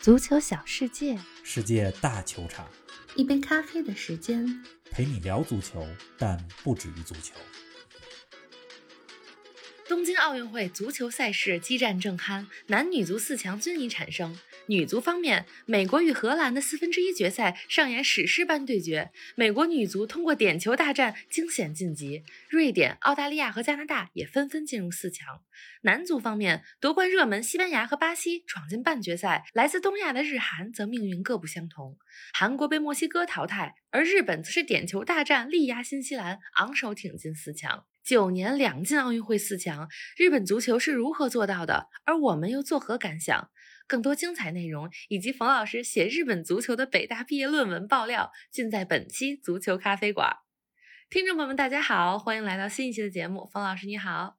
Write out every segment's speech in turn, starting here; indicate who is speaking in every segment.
Speaker 1: 足球小世界，
Speaker 2: 世界大球场，
Speaker 1: 一杯咖啡的时间。
Speaker 2: 陪你聊足球，但不止于足球。
Speaker 1: 东京奥运会足球赛事激战正酣，男女足四强均已产生。女足方面，美国与荷兰的四分之一决赛上演史诗般对决，美国女足通过点球大战惊险晋级，瑞典、澳大利亚和加拿大也纷纷进入四强。男足方面，夺冠热门西班牙和巴西闯进半决赛，来自东亚的日韩则命运各不相同，韩国被墨西哥淘汰，而日本则是点球大战力压新西兰，昂首挺进四强。九年两进奥运会四强，日本足球是如何做到的？而我们又作何感想？更多精彩内容以及冯老师写日本足球的北大毕业论文爆料，尽在本期足球咖啡馆。听众朋友们，大家好，欢迎来到新一期的节目。冯老师你好，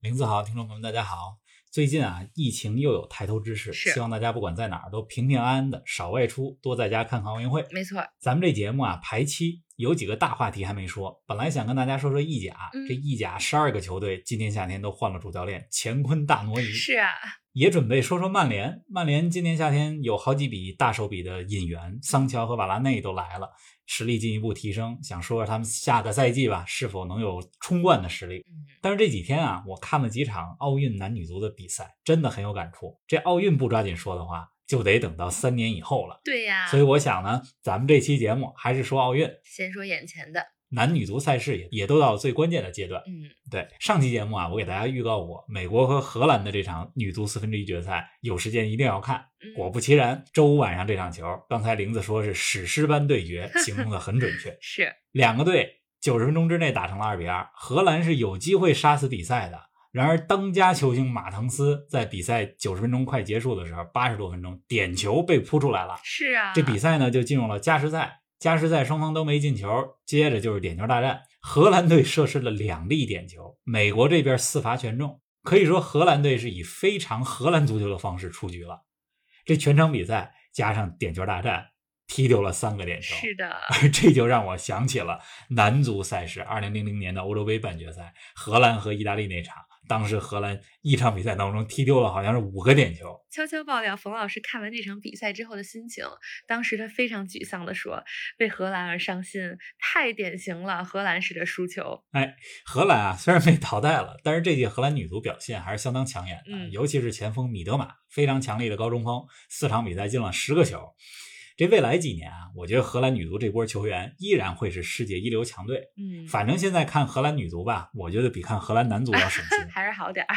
Speaker 2: 林子豪，听众朋友们，大家好。最近啊，疫情又有抬头之势，
Speaker 1: 是
Speaker 2: 希望大家不管在哪儿都平平安安的，少外出，多在家看看奥运会。
Speaker 1: 没错，
Speaker 2: 咱们这节目啊，排期有几个大话题还没说，本来想跟大家说说意甲，
Speaker 1: 嗯
Speaker 2: 这意甲十二个球队今年夏天都换了主教练，乾坤大挪移。
Speaker 1: 是啊，
Speaker 2: 也准备说说曼联。曼联今年夏天有好几笔大手笔的引援，桑乔和瓦拉内都来了，实力进一步提升。想说说他们下个赛季吧，是否能有冲冠的实力？
Speaker 1: 嗯，
Speaker 2: 但是这几天啊，我看了几场奥运男女足的比赛，真的很有感触。这奥运不抓紧说的话，就得等到三年以后了。
Speaker 1: 对呀、
Speaker 2: 所以我想呢，咱们这期节目还是说奥运
Speaker 1: 先说眼前的，
Speaker 2: 男女足赛事也也都到最关键的阶段。
Speaker 1: 嗯，
Speaker 2: 对，上期节目啊，我给大家预告过，美国和荷兰的这场女足四分之一决赛，有时间一定要看。
Speaker 1: 嗯。
Speaker 2: 果不其然，周五晚上这场球，刚才玲子说是史诗般对决，形容的很准确
Speaker 1: 是
Speaker 2: 两个队九十分钟之内打成了二比二，荷兰是有机会杀死比赛的。然而，当家球星马滕斯在比赛九十分钟快结束的时候，八十多分钟点球被扑出来了，
Speaker 1: 是啊，
Speaker 2: 这比赛呢就进入了加时赛，加时赛双方都没进球，接着就是点球大战。荷兰队射失了两粒点球，美国这边四罚全中，可以说荷兰队是以非常荷兰足球的方式出局了。这全场比赛加上点球大战，踢丢了三个点球。
Speaker 1: 是的，
Speaker 2: 而 这就让我想起了男足赛事，二零零零年的欧洲杯半决赛，荷兰和意大利那场，当时荷兰一场比赛当中踢丢了好像是五个点球，
Speaker 1: 悄悄爆料，冯老师看完这场比赛之后的心情。当时他非常沮丧地说：“为荷兰而伤心，太典型了，荷兰式的输球。
Speaker 2: 荷兰啊，虽然被淘汰了，但是这届荷兰女足表现还是相当抢眼的，
Speaker 1: 嗯
Speaker 2: 尤其是前锋米德马，非常强力的高中锋，四场比赛进了十个球。这未来几年啊，我觉得荷兰女足这波球员依然会是世界一流强队。”
Speaker 1: 嗯，。
Speaker 2: 反正现在看荷兰女足吧，我觉得比看荷兰男足要省心
Speaker 1: 还是好点儿。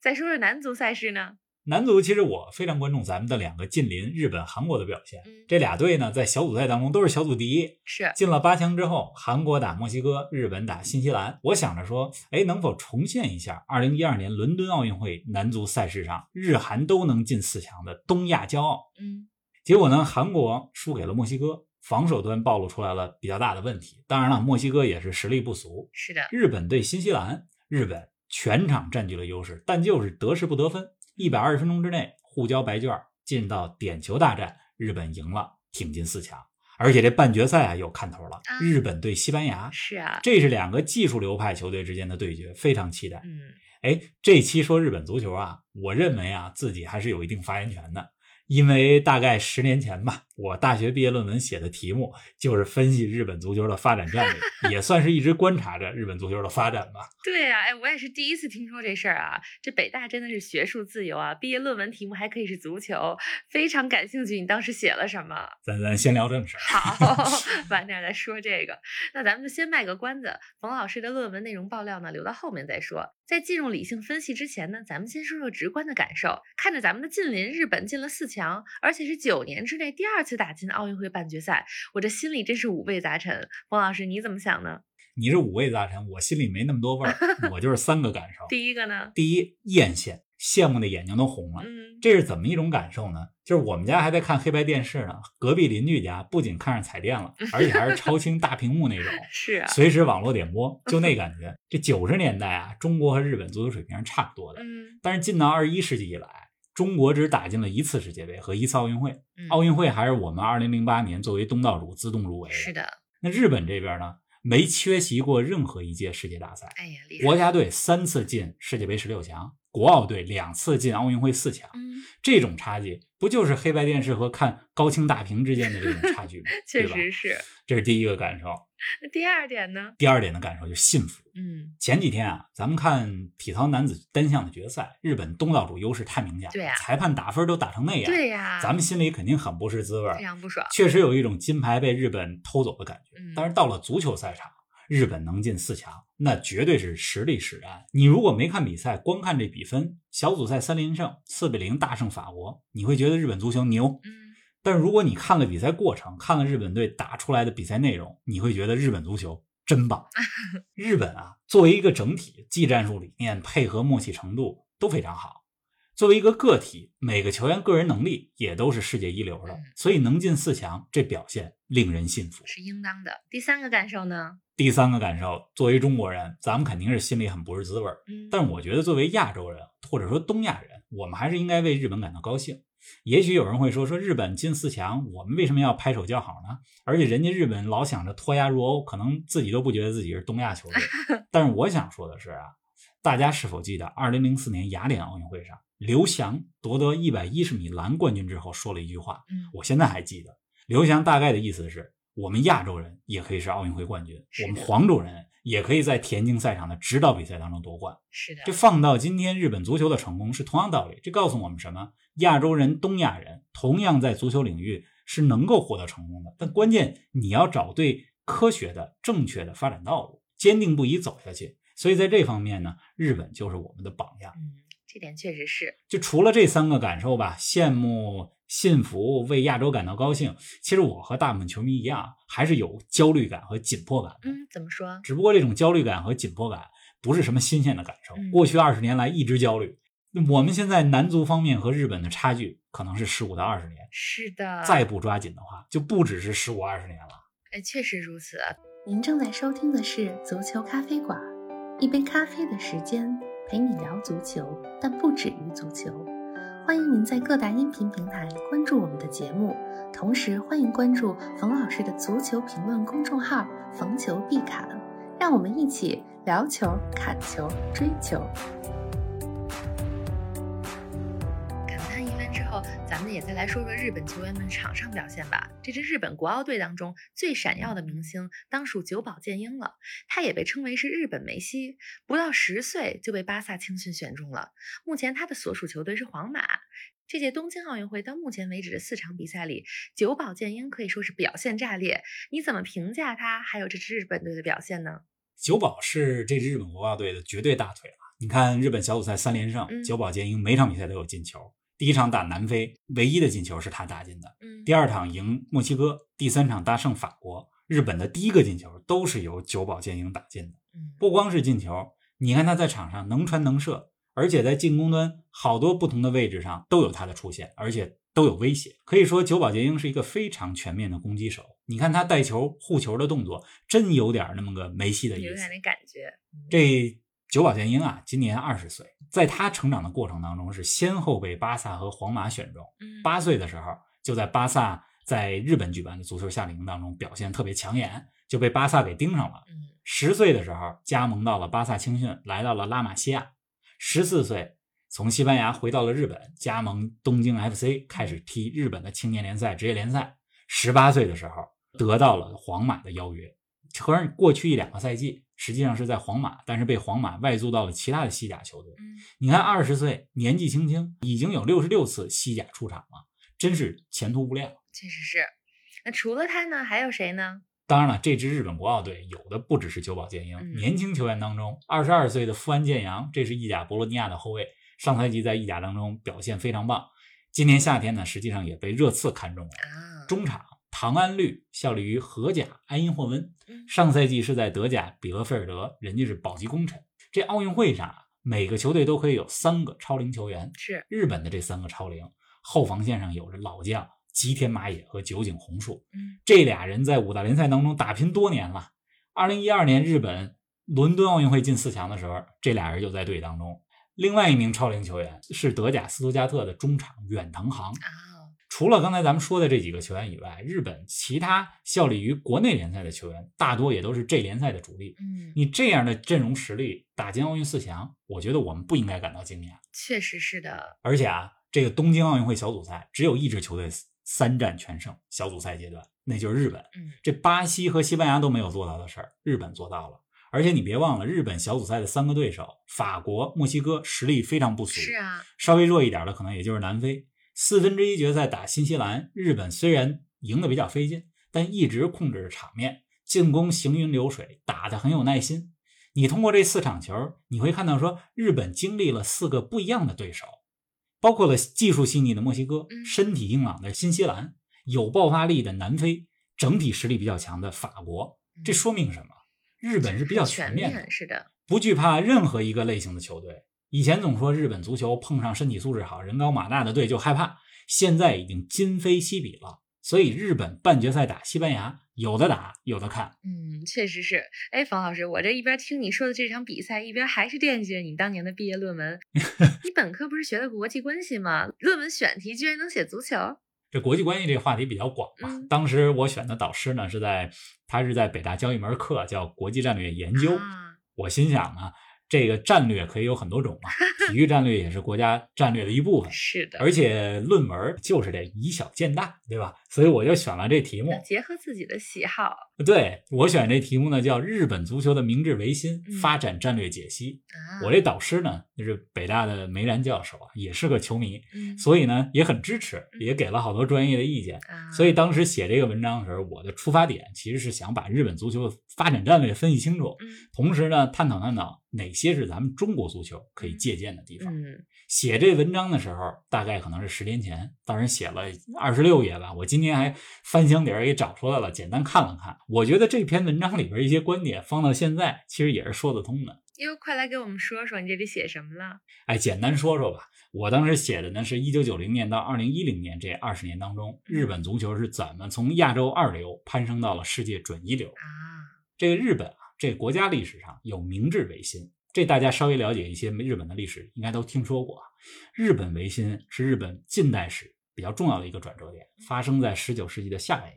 Speaker 1: 再说说男足赛事呢，
Speaker 2: 男足其实我非常关注咱们的两个近邻日本、韩国的表现。
Speaker 1: 嗯，
Speaker 2: 这俩队呢，在小组赛当中都是小组第一，
Speaker 1: 是
Speaker 2: 进了八强之后，韩国打墨西哥，日本打新西兰。我想着说，哎，能否重现一下2012年伦敦奥运会男足赛事上日韩都能进四强的东亚骄傲？
Speaker 1: 嗯，
Speaker 2: 结果呢，韩国输给了墨西哥，防守端暴露出来了比较大的问题。当然了，墨西哥也是实力不俗。
Speaker 1: 是的，
Speaker 2: 日本对新西兰，日本全场占据了优势，但就是得势不得分。一百二十分钟之内互交白卷，进到点球大战，日本赢了，挺进四强。而且这半决赛啊有看头了
Speaker 1: 啊，
Speaker 2: 日本对西班牙，
Speaker 1: 是啊，
Speaker 2: 这是两个技术流派球队之间的对决，非常期待。
Speaker 1: 嗯，
Speaker 2: 哎，这期说日本足球啊，我认为啊自己还是有一定发言权的，因为大概十年前吧，我大学毕业论文写的题目就是分析日本足球的发展战略，也算是一直观察着日本足球的发展吧。
Speaker 1: 对啊，哎，我也是第一次听说这事儿啊。这北大真的是学术自由啊，毕业论文题目还可以是足球，非常感兴趣。你当时写了什么？
Speaker 2: 咱咱先聊正事儿。
Speaker 1: 好，晚点儿再说这个。那咱们就先卖个关子，冯老师的论文内容爆料呢，留到后面再说。在进入理性分析之前呢，咱们先说说直观的感受。看着咱们的近邻日本进了四强，而且是九年之内第二次打进奥运会半决赛，我这心里真是五味杂陈。冯老师你怎么想呢？
Speaker 2: 你是五味杂陈，我心里没那么多味儿，我就是三个感受。
Speaker 1: 第一个呢？
Speaker 2: 第一，艳羡，羡慕的眼睛都红了。
Speaker 1: 嗯，
Speaker 2: 这是怎么一种感受呢？就是我们家还在看黑白电视呢，隔壁邻居家不仅看上彩电了，而且还是超清大屏幕那种。
Speaker 1: 是啊，
Speaker 2: 随时网络点播， 就那感觉。这九十年代啊，中国和日本足球水平是差不多的，
Speaker 1: 嗯，
Speaker 2: 但是进到二一世纪以来，中国只打进了一次世界杯和一次奥运会，
Speaker 1: 嗯
Speaker 2: 奥运会还是我们二零零八年作为东道主自动入围。
Speaker 1: 是的，
Speaker 2: 那日本这边呢，没缺席过任何一届世界大赛，
Speaker 1: 哎呀，厉害，
Speaker 2: 国家队三次进世界杯十六强，国奥队两次进奥运会四强，
Speaker 1: 嗯，
Speaker 2: 这种差距不就是黑白电视和看高清大屏之间的这种差距吗？
Speaker 1: 确
Speaker 2: 对吧
Speaker 1: 实是。
Speaker 2: 这是第一个感受。
Speaker 1: 那第二点呢？
Speaker 2: 第二点的感受就是幸福。
Speaker 1: 嗯，
Speaker 2: 前几天啊，咱们看体操男子单项的决赛，日本东道主优势太明显了，
Speaker 1: 对啊
Speaker 2: 裁判打分都打成那样，
Speaker 1: 对呀，
Speaker 2: 咱们心里肯定很不是滋味儿
Speaker 1: 非，常不爽。
Speaker 2: 确实有一种金牌被日本偷走的感觉。
Speaker 1: 嗯
Speaker 2: 但是到了足球赛场，日本能进四强，那绝对是实力使然。你如果没看比赛，光看这比分，小组赛三连胜，四比零大胜法国，你会觉得日本足球牛。
Speaker 1: 嗯，
Speaker 2: 但如果你看了比赛过程，看了日本队打出来的比赛内容，你会觉得日本足球真棒。日本啊，作为一个整体，技战术理念配合默契程度都非常好。作为一个个体，每个球员个人能力也都是世界一流的
Speaker 1: 嗯，
Speaker 2: 所以能进四强，这表现令人信服。
Speaker 1: 是应当的。第三个感受呢？
Speaker 2: 第三个感受，作为中国人，咱们肯定是心里很不是滋味儿。
Speaker 1: 嗯，
Speaker 2: 但我觉得，作为亚洲人或者说东亚人，我们还是应该为日本感到高兴。也许有人会说，说日本进四强，我们为什么要拍手叫好呢？而且人家日本老想着脱亚入欧，可能自己都不觉得自己是东 亚球队。但是我想说的是啊，大家是否记得2004年雅典奥运会上，刘翔夺得110米栏冠军之后说了一句话？
Speaker 1: 嗯，
Speaker 2: 我现在还记得，刘翔大概的意思是我们亚洲人也可以是奥运会冠军
Speaker 1: 是，的
Speaker 2: 我们黄种人也可以在田径赛场的指导比赛当中夺冠。
Speaker 1: 是的
Speaker 2: 这，放到今天日本足球的成功是同样道理。这告诉我们什么？亚洲人、东亚人同样在足球领域是能够获得成功的，但关键你要找对科学的、正确的发展道路，坚定不移走下去。所以在这方面呢，日本就是我们的榜样。
Speaker 1: 嗯，这点确实是。
Speaker 2: 就除了这三个感受吧，羡慕、信服、为亚洲感到高兴。其实我和大部分球迷一样，还是有焦虑感和紧迫感的。
Speaker 1: 嗯，怎么说？
Speaker 2: 只不过这种焦虑感和紧迫感不是什么新鲜的感受
Speaker 1: 嗯，
Speaker 2: 过去二十年来一直焦虑。我们现在男足方面和日本的差距可能是十五到二十年，
Speaker 1: 是的，
Speaker 2: 再不抓紧的话，就不只是十五二十年了。
Speaker 1: 哎，确实如此。
Speaker 3: 您正在收听的是《足球咖啡馆》，一杯咖啡的时间陪你聊足球，但不止于足球。欢迎您在各大音频平台关注我们的节目，同时欢迎关注冯老师的足球评论公众号“冯球必侃”，让我们一起聊球、砍球、追球。
Speaker 1: 感叹一番之后，咱们也再来说说日本球员们场上表现吧。这支日本国奥队当中最闪耀的明星，当属久保建英了。他也被称为是日本梅西，不到十岁就被巴萨青训选中了。目前他的所属球队是皇马。这届东京奥运会到目前为止的四场比赛里，久保建英可以说是表现炸裂。你怎么评价他，还有这支日本队的表现呢？
Speaker 2: 久保是这支日本国奥队的绝对大腿了。你看日本小组赛三连
Speaker 1: 嗯
Speaker 2: 胜，久保建英每场比赛都有进球。第一场打南非，唯一的进球是他打进的。
Speaker 1: 嗯
Speaker 2: 第，二场赢墨西哥，第三场大胜法国。日本的第一个进球都是由久保建英打进的。
Speaker 1: 嗯
Speaker 2: 不光是进球，你看他在场上能传能射，而且在进攻端好多不同的位置上都有他的出现，而且都有威胁。可以说，久保洁英是一个非常全面的攻击手。你看他带球、护球的动作，真有点那么个梅西的意
Speaker 1: 有点
Speaker 2: 思。
Speaker 1: 那感觉。
Speaker 2: 这久保洁英啊，今年二十岁，在他成长的过程当中，是先后被巴萨和皇马选中。
Speaker 1: 嗯，
Speaker 2: 八岁的时候就在巴萨在日本举办的足球夏令营当中表现特别抢眼，就被巴萨给盯上了。
Speaker 1: 嗯
Speaker 2: 十岁的时候加盟到了巴萨青训，来到了拉玛西亚。十四岁从西班牙回到了日本，加盟东京 FC，开始踢日本的青年联赛、职业联赛。十八岁的时候得到了皇马的邀约，合上过去一两个赛季实际上是在皇马，但是被皇马外租到了其他的西甲球队。
Speaker 1: 嗯，
Speaker 2: 你看，二十岁年纪轻轻，已经有六十六次西甲出场了，真是前途无量。
Speaker 1: 确实是。那除了他呢，还有谁呢？
Speaker 2: 当然了，这支日本国奥队有的不只是久保建英，
Speaker 1: 嗯
Speaker 2: 年轻球员当中，二十二岁的富安健洋，这是意甲博洛尼亚的后卫，上赛季在意甲当中表现非常棒。今年夏天呢，实际上也被热刺看中了。
Speaker 1: 啊，
Speaker 2: 中场唐安绿效力于荷甲埃因霍温
Speaker 1: 嗯，
Speaker 2: 上赛季是在德甲比勒费尔德，人家是保级功臣。这奥运会上啊，每个球队都可以有三个超龄球员，
Speaker 1: 是
Speaker 2: 日本的这三个超龄，后防线上有着老将吉田麻也和酒井宏树，
Speaker 1: 嗯
Speaker 2: 这俩人在五大联赛当中打拼多年了。二零一二年日本伦敦奥运会进四强的时候，这俩人就在队当中。另外一名超龄球员是德甲斯图加特的中场远藤航，
Speaker 1: 啊，
Speaker 2: 除了刚才咱们说的这几个球员以外，日本其他效力于国内联赛的球员，大多也都是这联赛的主力。
Speaker 1: 嗯，
Speaker 2: 你这样的阵容实力打进奥运四强，我觉得我们不应该感到惊讶。
Speaker 1: 确实是的。
Speaker 2: 而且啊，这个东京奥运会小组赛只有一支球队三战全胜，小组赛阶段那就是日本。
Speaker 1: 嗯，
Speaker 2: 这巴西和西班牙都没有做到的事儿，日本做到了。而且你别忘了，日本小组赛的三个对手法国、墨西哥实力非常不俗，
Speaker 1: 是啊，
Speaker 2: 稍微弱一点的可能也就是南非。四分之一决赛打新西兰，日本虽然赢得比较费劲，但一直控制着场面，进攻行云流水，打得很有耐心。你通过这四场球，你会看到说，日本经历了四个不一样的对手，包括了技术细腻的墨西哥
Speaker 1: 嗯，
Speaker 2: 身体硬朗的新西兰，有爆发力的南非，整体实力比较强的法
Speaker 1: 嗯
Speaker 2: 国。这说明什么？日本是比较
Speaker 1: 全
Speaker 2: 嗯全面的，
Speaker 1: 是的，
Speaker 2: 不惧怕任何一个类型的球队。以前总说日本足球碰上身体素质好、人高马大的队就害怕，现在已经今非昔比了。所以日本半决赛打西班牙，有的打，有的看。
Speaker 1: 嗯，确实是。哎，冯老师，我这一边听你说的这场比赛，一边还是惦记着你当年的毕业论 文。你本科不是学的国际关系吗？论文选题居然能写足球？
Speaker 2: 这国际关系这个话题比较广嘛
Speaker 1: 嗯。
Speaker 2: 当时我选的导师呢是在，他是在北大教一门课叫国际战略研究。
Speaker 1: 啊，
Speaker 2: 我心想啊，这个战略可以有很多种 嘛，体育战略也是国家战略的一部分。
Speaker 1: 是的，
Speaker 2: 而且论文就是得以小见大，对吧？所以我就选了这题目
Speaker 1: 那。结合自己的喜好
Speaker 2: 对我选这题目呢，叫《日本足球的明治维新
Speaker 1: 嗯
Speaker 2: 发展战略解析》。
Speaker 1: 啊，
Speaker 2: 我这导师呢，就是北大的梅然教授啊，也是个球迷，
Speaker 1: 嗯
Speaker 2: 所以呢也很支持，也给了好多专业的意见。
Speaker 1: 啊，
Speaker 2: 所以当时写这个文章的时候，我的出发点其实是想把日本足球的发展战略分析清楚，
Speaker 1: 嗯
Speaker 2: 同时呢探讨探讨哪些是咱们中国足球可以借鉴的地方。
Speaker 1: 嗯
Speaker 2: 写这文章的时候，大概可能是十年前，当时写了二十六页吧。我今天还翻箱底儿给找出来了，简单看了看。我觉得这篇文章里边一些观点放到现在，其实也是说得通的。
Speaker 1: 哟，快来给我们说说你这里写什么了？
Speaker 2: 哎，简单说说吧。我当时写的呢，是一九九零年到二零一零年这二十年当中，日本足球是怎么从亚洲二流攀升到了世界准一流。
Speaker 1: 啊，
Speaker 2: 这个日本啊，这个国家历史上有明治维新，这大家稍微了解一些日本的历史，应该都听说过啊。日本维新是日本近代史比较重要的一个转折点，发生在十九世纪的下半叶。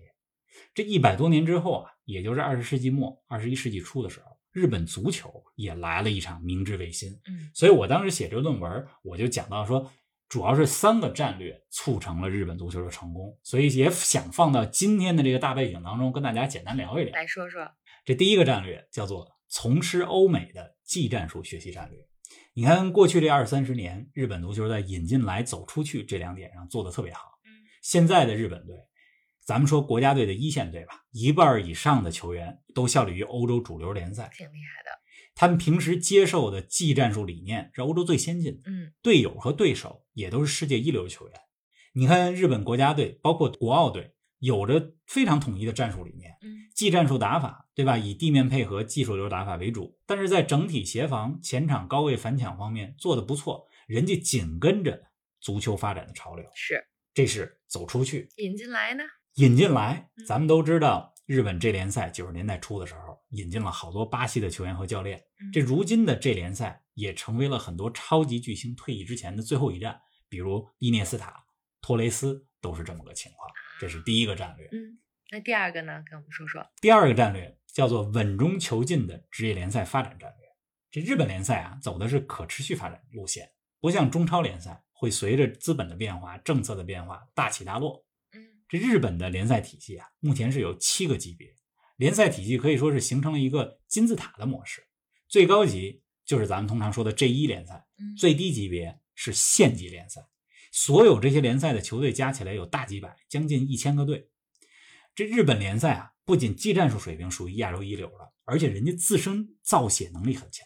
Speaker 2: 这一百多年之后啊，也就是二十世纪末、二十一世纪初的时候，日本足球也来了一场明治维新。
Speaker 1: 嗯
Speaker 2: 所以我当时写这个论文，我就讲到说，主要是三个战略促成了日本足球的成功，所以也想放到今天的这个大背景当中，跟大家简单聊一聊。
Speaker 1: 来说说，
Speaker 2: 这第一个战略叫做从师欧美的技战术学习战略。你看，过去这二三十年，日本足球在引进来、走出去这两点上做得特别好。
Speaker 1: 嗯
Speaker 2: 现在的日本队，咱们说国家队的一线队吧，一半儿以上的球员都效力于欧洲主流联赛，
Speaker 1: 挺厉害的，
Speaker 2: 他们平时接受的技战术理念是欧洲最先进的。
Speaker 1: 嗯
Speaker 2: 队友和对手也都是世界一流球员。你看日本国家队，包括国奥队，有着非常统一的战术理念，
Speaker 1: 嗯
Speaker 2: 技战术打法，对吧？以地面配合、技术流打法为主，但是在整体协防、前场高位反抢方面做得不错，人家紧跟着足球发展的潮流，
Speaker 1: 是
Speaker 2: 这是走出去
Speaker 1: 引进来呢，
Speaker 2: 引进来
Speaker 1: 嗯。
Speaker 2: 咱们都知道，日本这联赛九十年代初的时候，引进了好多巴西的球员和教练。
Speaker 1: 嗯
Speaker 2: 这如今的这联赛也成为了很多超级巨星退役之前的最后一站，比如伊涅斯塔、托雷斯都是这么个情况。这是第一个战略。
Speaker 1: 嗯，那第二个呢，跟我们说说，
Speaker 2: 第二个战略叫做稳中求进的职业联赛发展战略。这日本联赛啊，走的是可持续发展路线，不像中超联赛会随着资本的变化、政策的变化大起大落。
Speaker 1: 嗯
Speaker 2: 这日本的联赛体系啊，目前是有七个级别，联赛体系可以说是形成了一个金字塔的模式。最高级就是咱们通常说的 J 一联赛，
Speaker 1: 嗯，
Speaker 2: 最低级别是县级联赛。所有这些联赛的球队加起来有大几百，将近一千个队。这日本联赛啊，不仅技战术水平属于亚洲一流了，而且人家自身造血能力很强。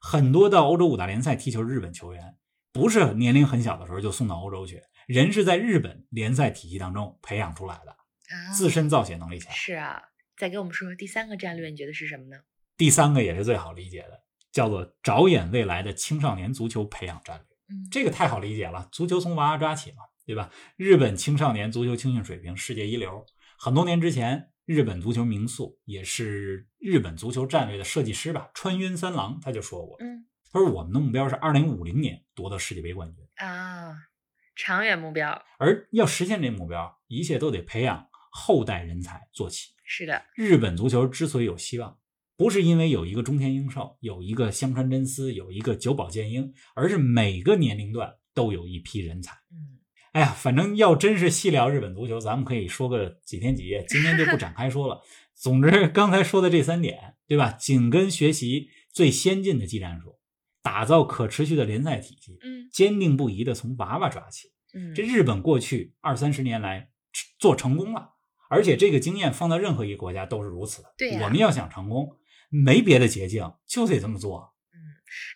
Speaker 2: 很多到欧洲五大联赛踢球的日本球员，不是年龄很小的时候就送到欧洲去，人是在日本联赛体系当中培养出来的，
Speaker 1: 啊
Speaker 2: 自身造血能力强。
Speaker 1: 是啊，再给我们说说第三个战略，你觉得是什么呢？嗯
Speaker 2: 第三个也是最好理解的，叫做着眼未来的青少年足球培养战略。
Speaker 1: 嗯，
Speaker 2: 这个太好理解了，足球从娃娃抓起嘛，对吧？日本青少年足球青训水平世界一流，很多年之前，日本足球名宿也是日本足球战略的设计师吧，川渊三郎他就说过，
Speaker 1: 嗯
Speaker 2: 他说我们的目标是二零五零年夺得世界杯冠军。
Speaker 1: 啊，长远目标
Speaker 2: 而要实现这目标，一切都得培养后代人才做起。
Speaker 1: 是的，
Speaker 2: 日本足球之所以有希望，不是因为有一个中田英寿，有一个香川真司，有一个久保建英，而是每个年龄段都有一批人才。
Speaker 1: 嗯，
Speaker 2: 哎呀，反正要真是细聊日本足球，咱们可以说个几天几夜，今天就不展开说 了。总之，刚才说的这三点，对吧？紧跟学习最先进的技战术，打造可持续的联赛体系，
Speaker 1: 嗯
Speaker 2: 坚定不移的从娃娃抓起。
Speaker 1: 嗯，
Speaker 2: 这日本过去二三十年来做成功了，而且这个经验放到任何一个国家都是如此的。
Speaker 1: 对呀
Speaker 2: 我们要想成功，没别的捷径，就得这么做。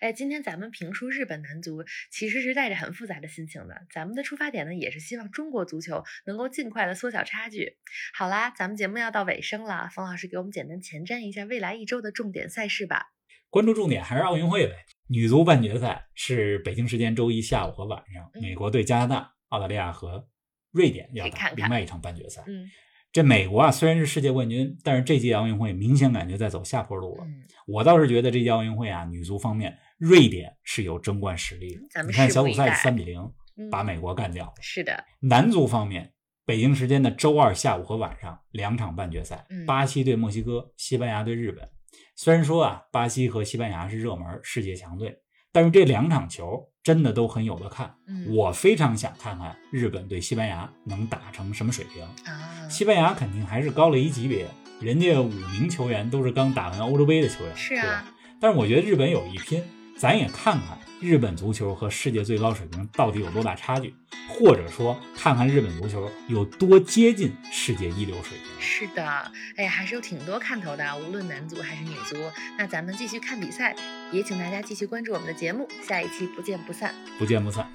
Speaker 1: 哎，今天咱们评述日本男足，其实是带着很复杂的心情的。咱们的出发点呢，也是希望中国足球能够尽快的缩小差距。好啦，咱们节目要到尾声了，冯老师给我们简单前瞻一下未来一周的重点赛事吧。
Speaker 2: 关注重点还是奥运会呗。女足半决赛是北京时间周一下午和晚上，
Speaker 1: 嗯
Speaker 2: 美国对加拿大、澳大利亚和瑞典要
Speaker 1: 可以
Speaker 2: 打
Speaker 1: 看看
Speaker 2: 另外一场半决赛。
Speaker 1: 嗯
Speaker 2: 这美国啊，虽然是世界冠军，但是这届奥运会明显感觉在走下坡路了。
Speaker 1: 嗯，
Speaker 2: 我倒是觉得这届奥运会啊，女足方面，瑞典是有争冠实力的
Speaker 1: 嗯咱。们
Speaker 2: 你看
Speaker 1: 拭
Speaker 2: 小
Speaker 1: 目
Speaker 2: 组
Speaker 1: 以
Speaker 2: 赛
Speaker 1: 待
Speaker 2: 三比零
Speaker 1: 嗯
Speaker 2: 把美国干掉了。
Speaker 1: 是的，
Speaker 2: 男足方面，北京时间的周二下午和晚上两场半决赛
Speaker 1: 嗯，
Speaker 2: 巴西对墨西哥，西班牙对日本。虽然说啊，巴西和西班牙是热门世界强队，但是这两场球真的都很有的看。
Speaker 1: 嗯，
Speaker 2: 我非常想看看日本对西班牙能打成什么水平。
Speaker 1: 啊，
Speaker 2: 西班牙肯定还是高了一级别，人家五名球员都是刚打完欧洲杯的球员，
Speaker 1: 是
Speaker 2: 对吧
Speaker 1: 啊，
Speaker 2: 但是我觉得日本有一拼，咱也看看日本足球和世界最高水平到底有多大差距，或者说看看日本足球有多接近世界一流水平。
Speaker 1: 是的，哎，还是有挺多看头的，无论男足还是女足。那咱们继续看比赛，也请大家继续关注我们的节目，下一期不见不散。
Speaker 2: 不见不散。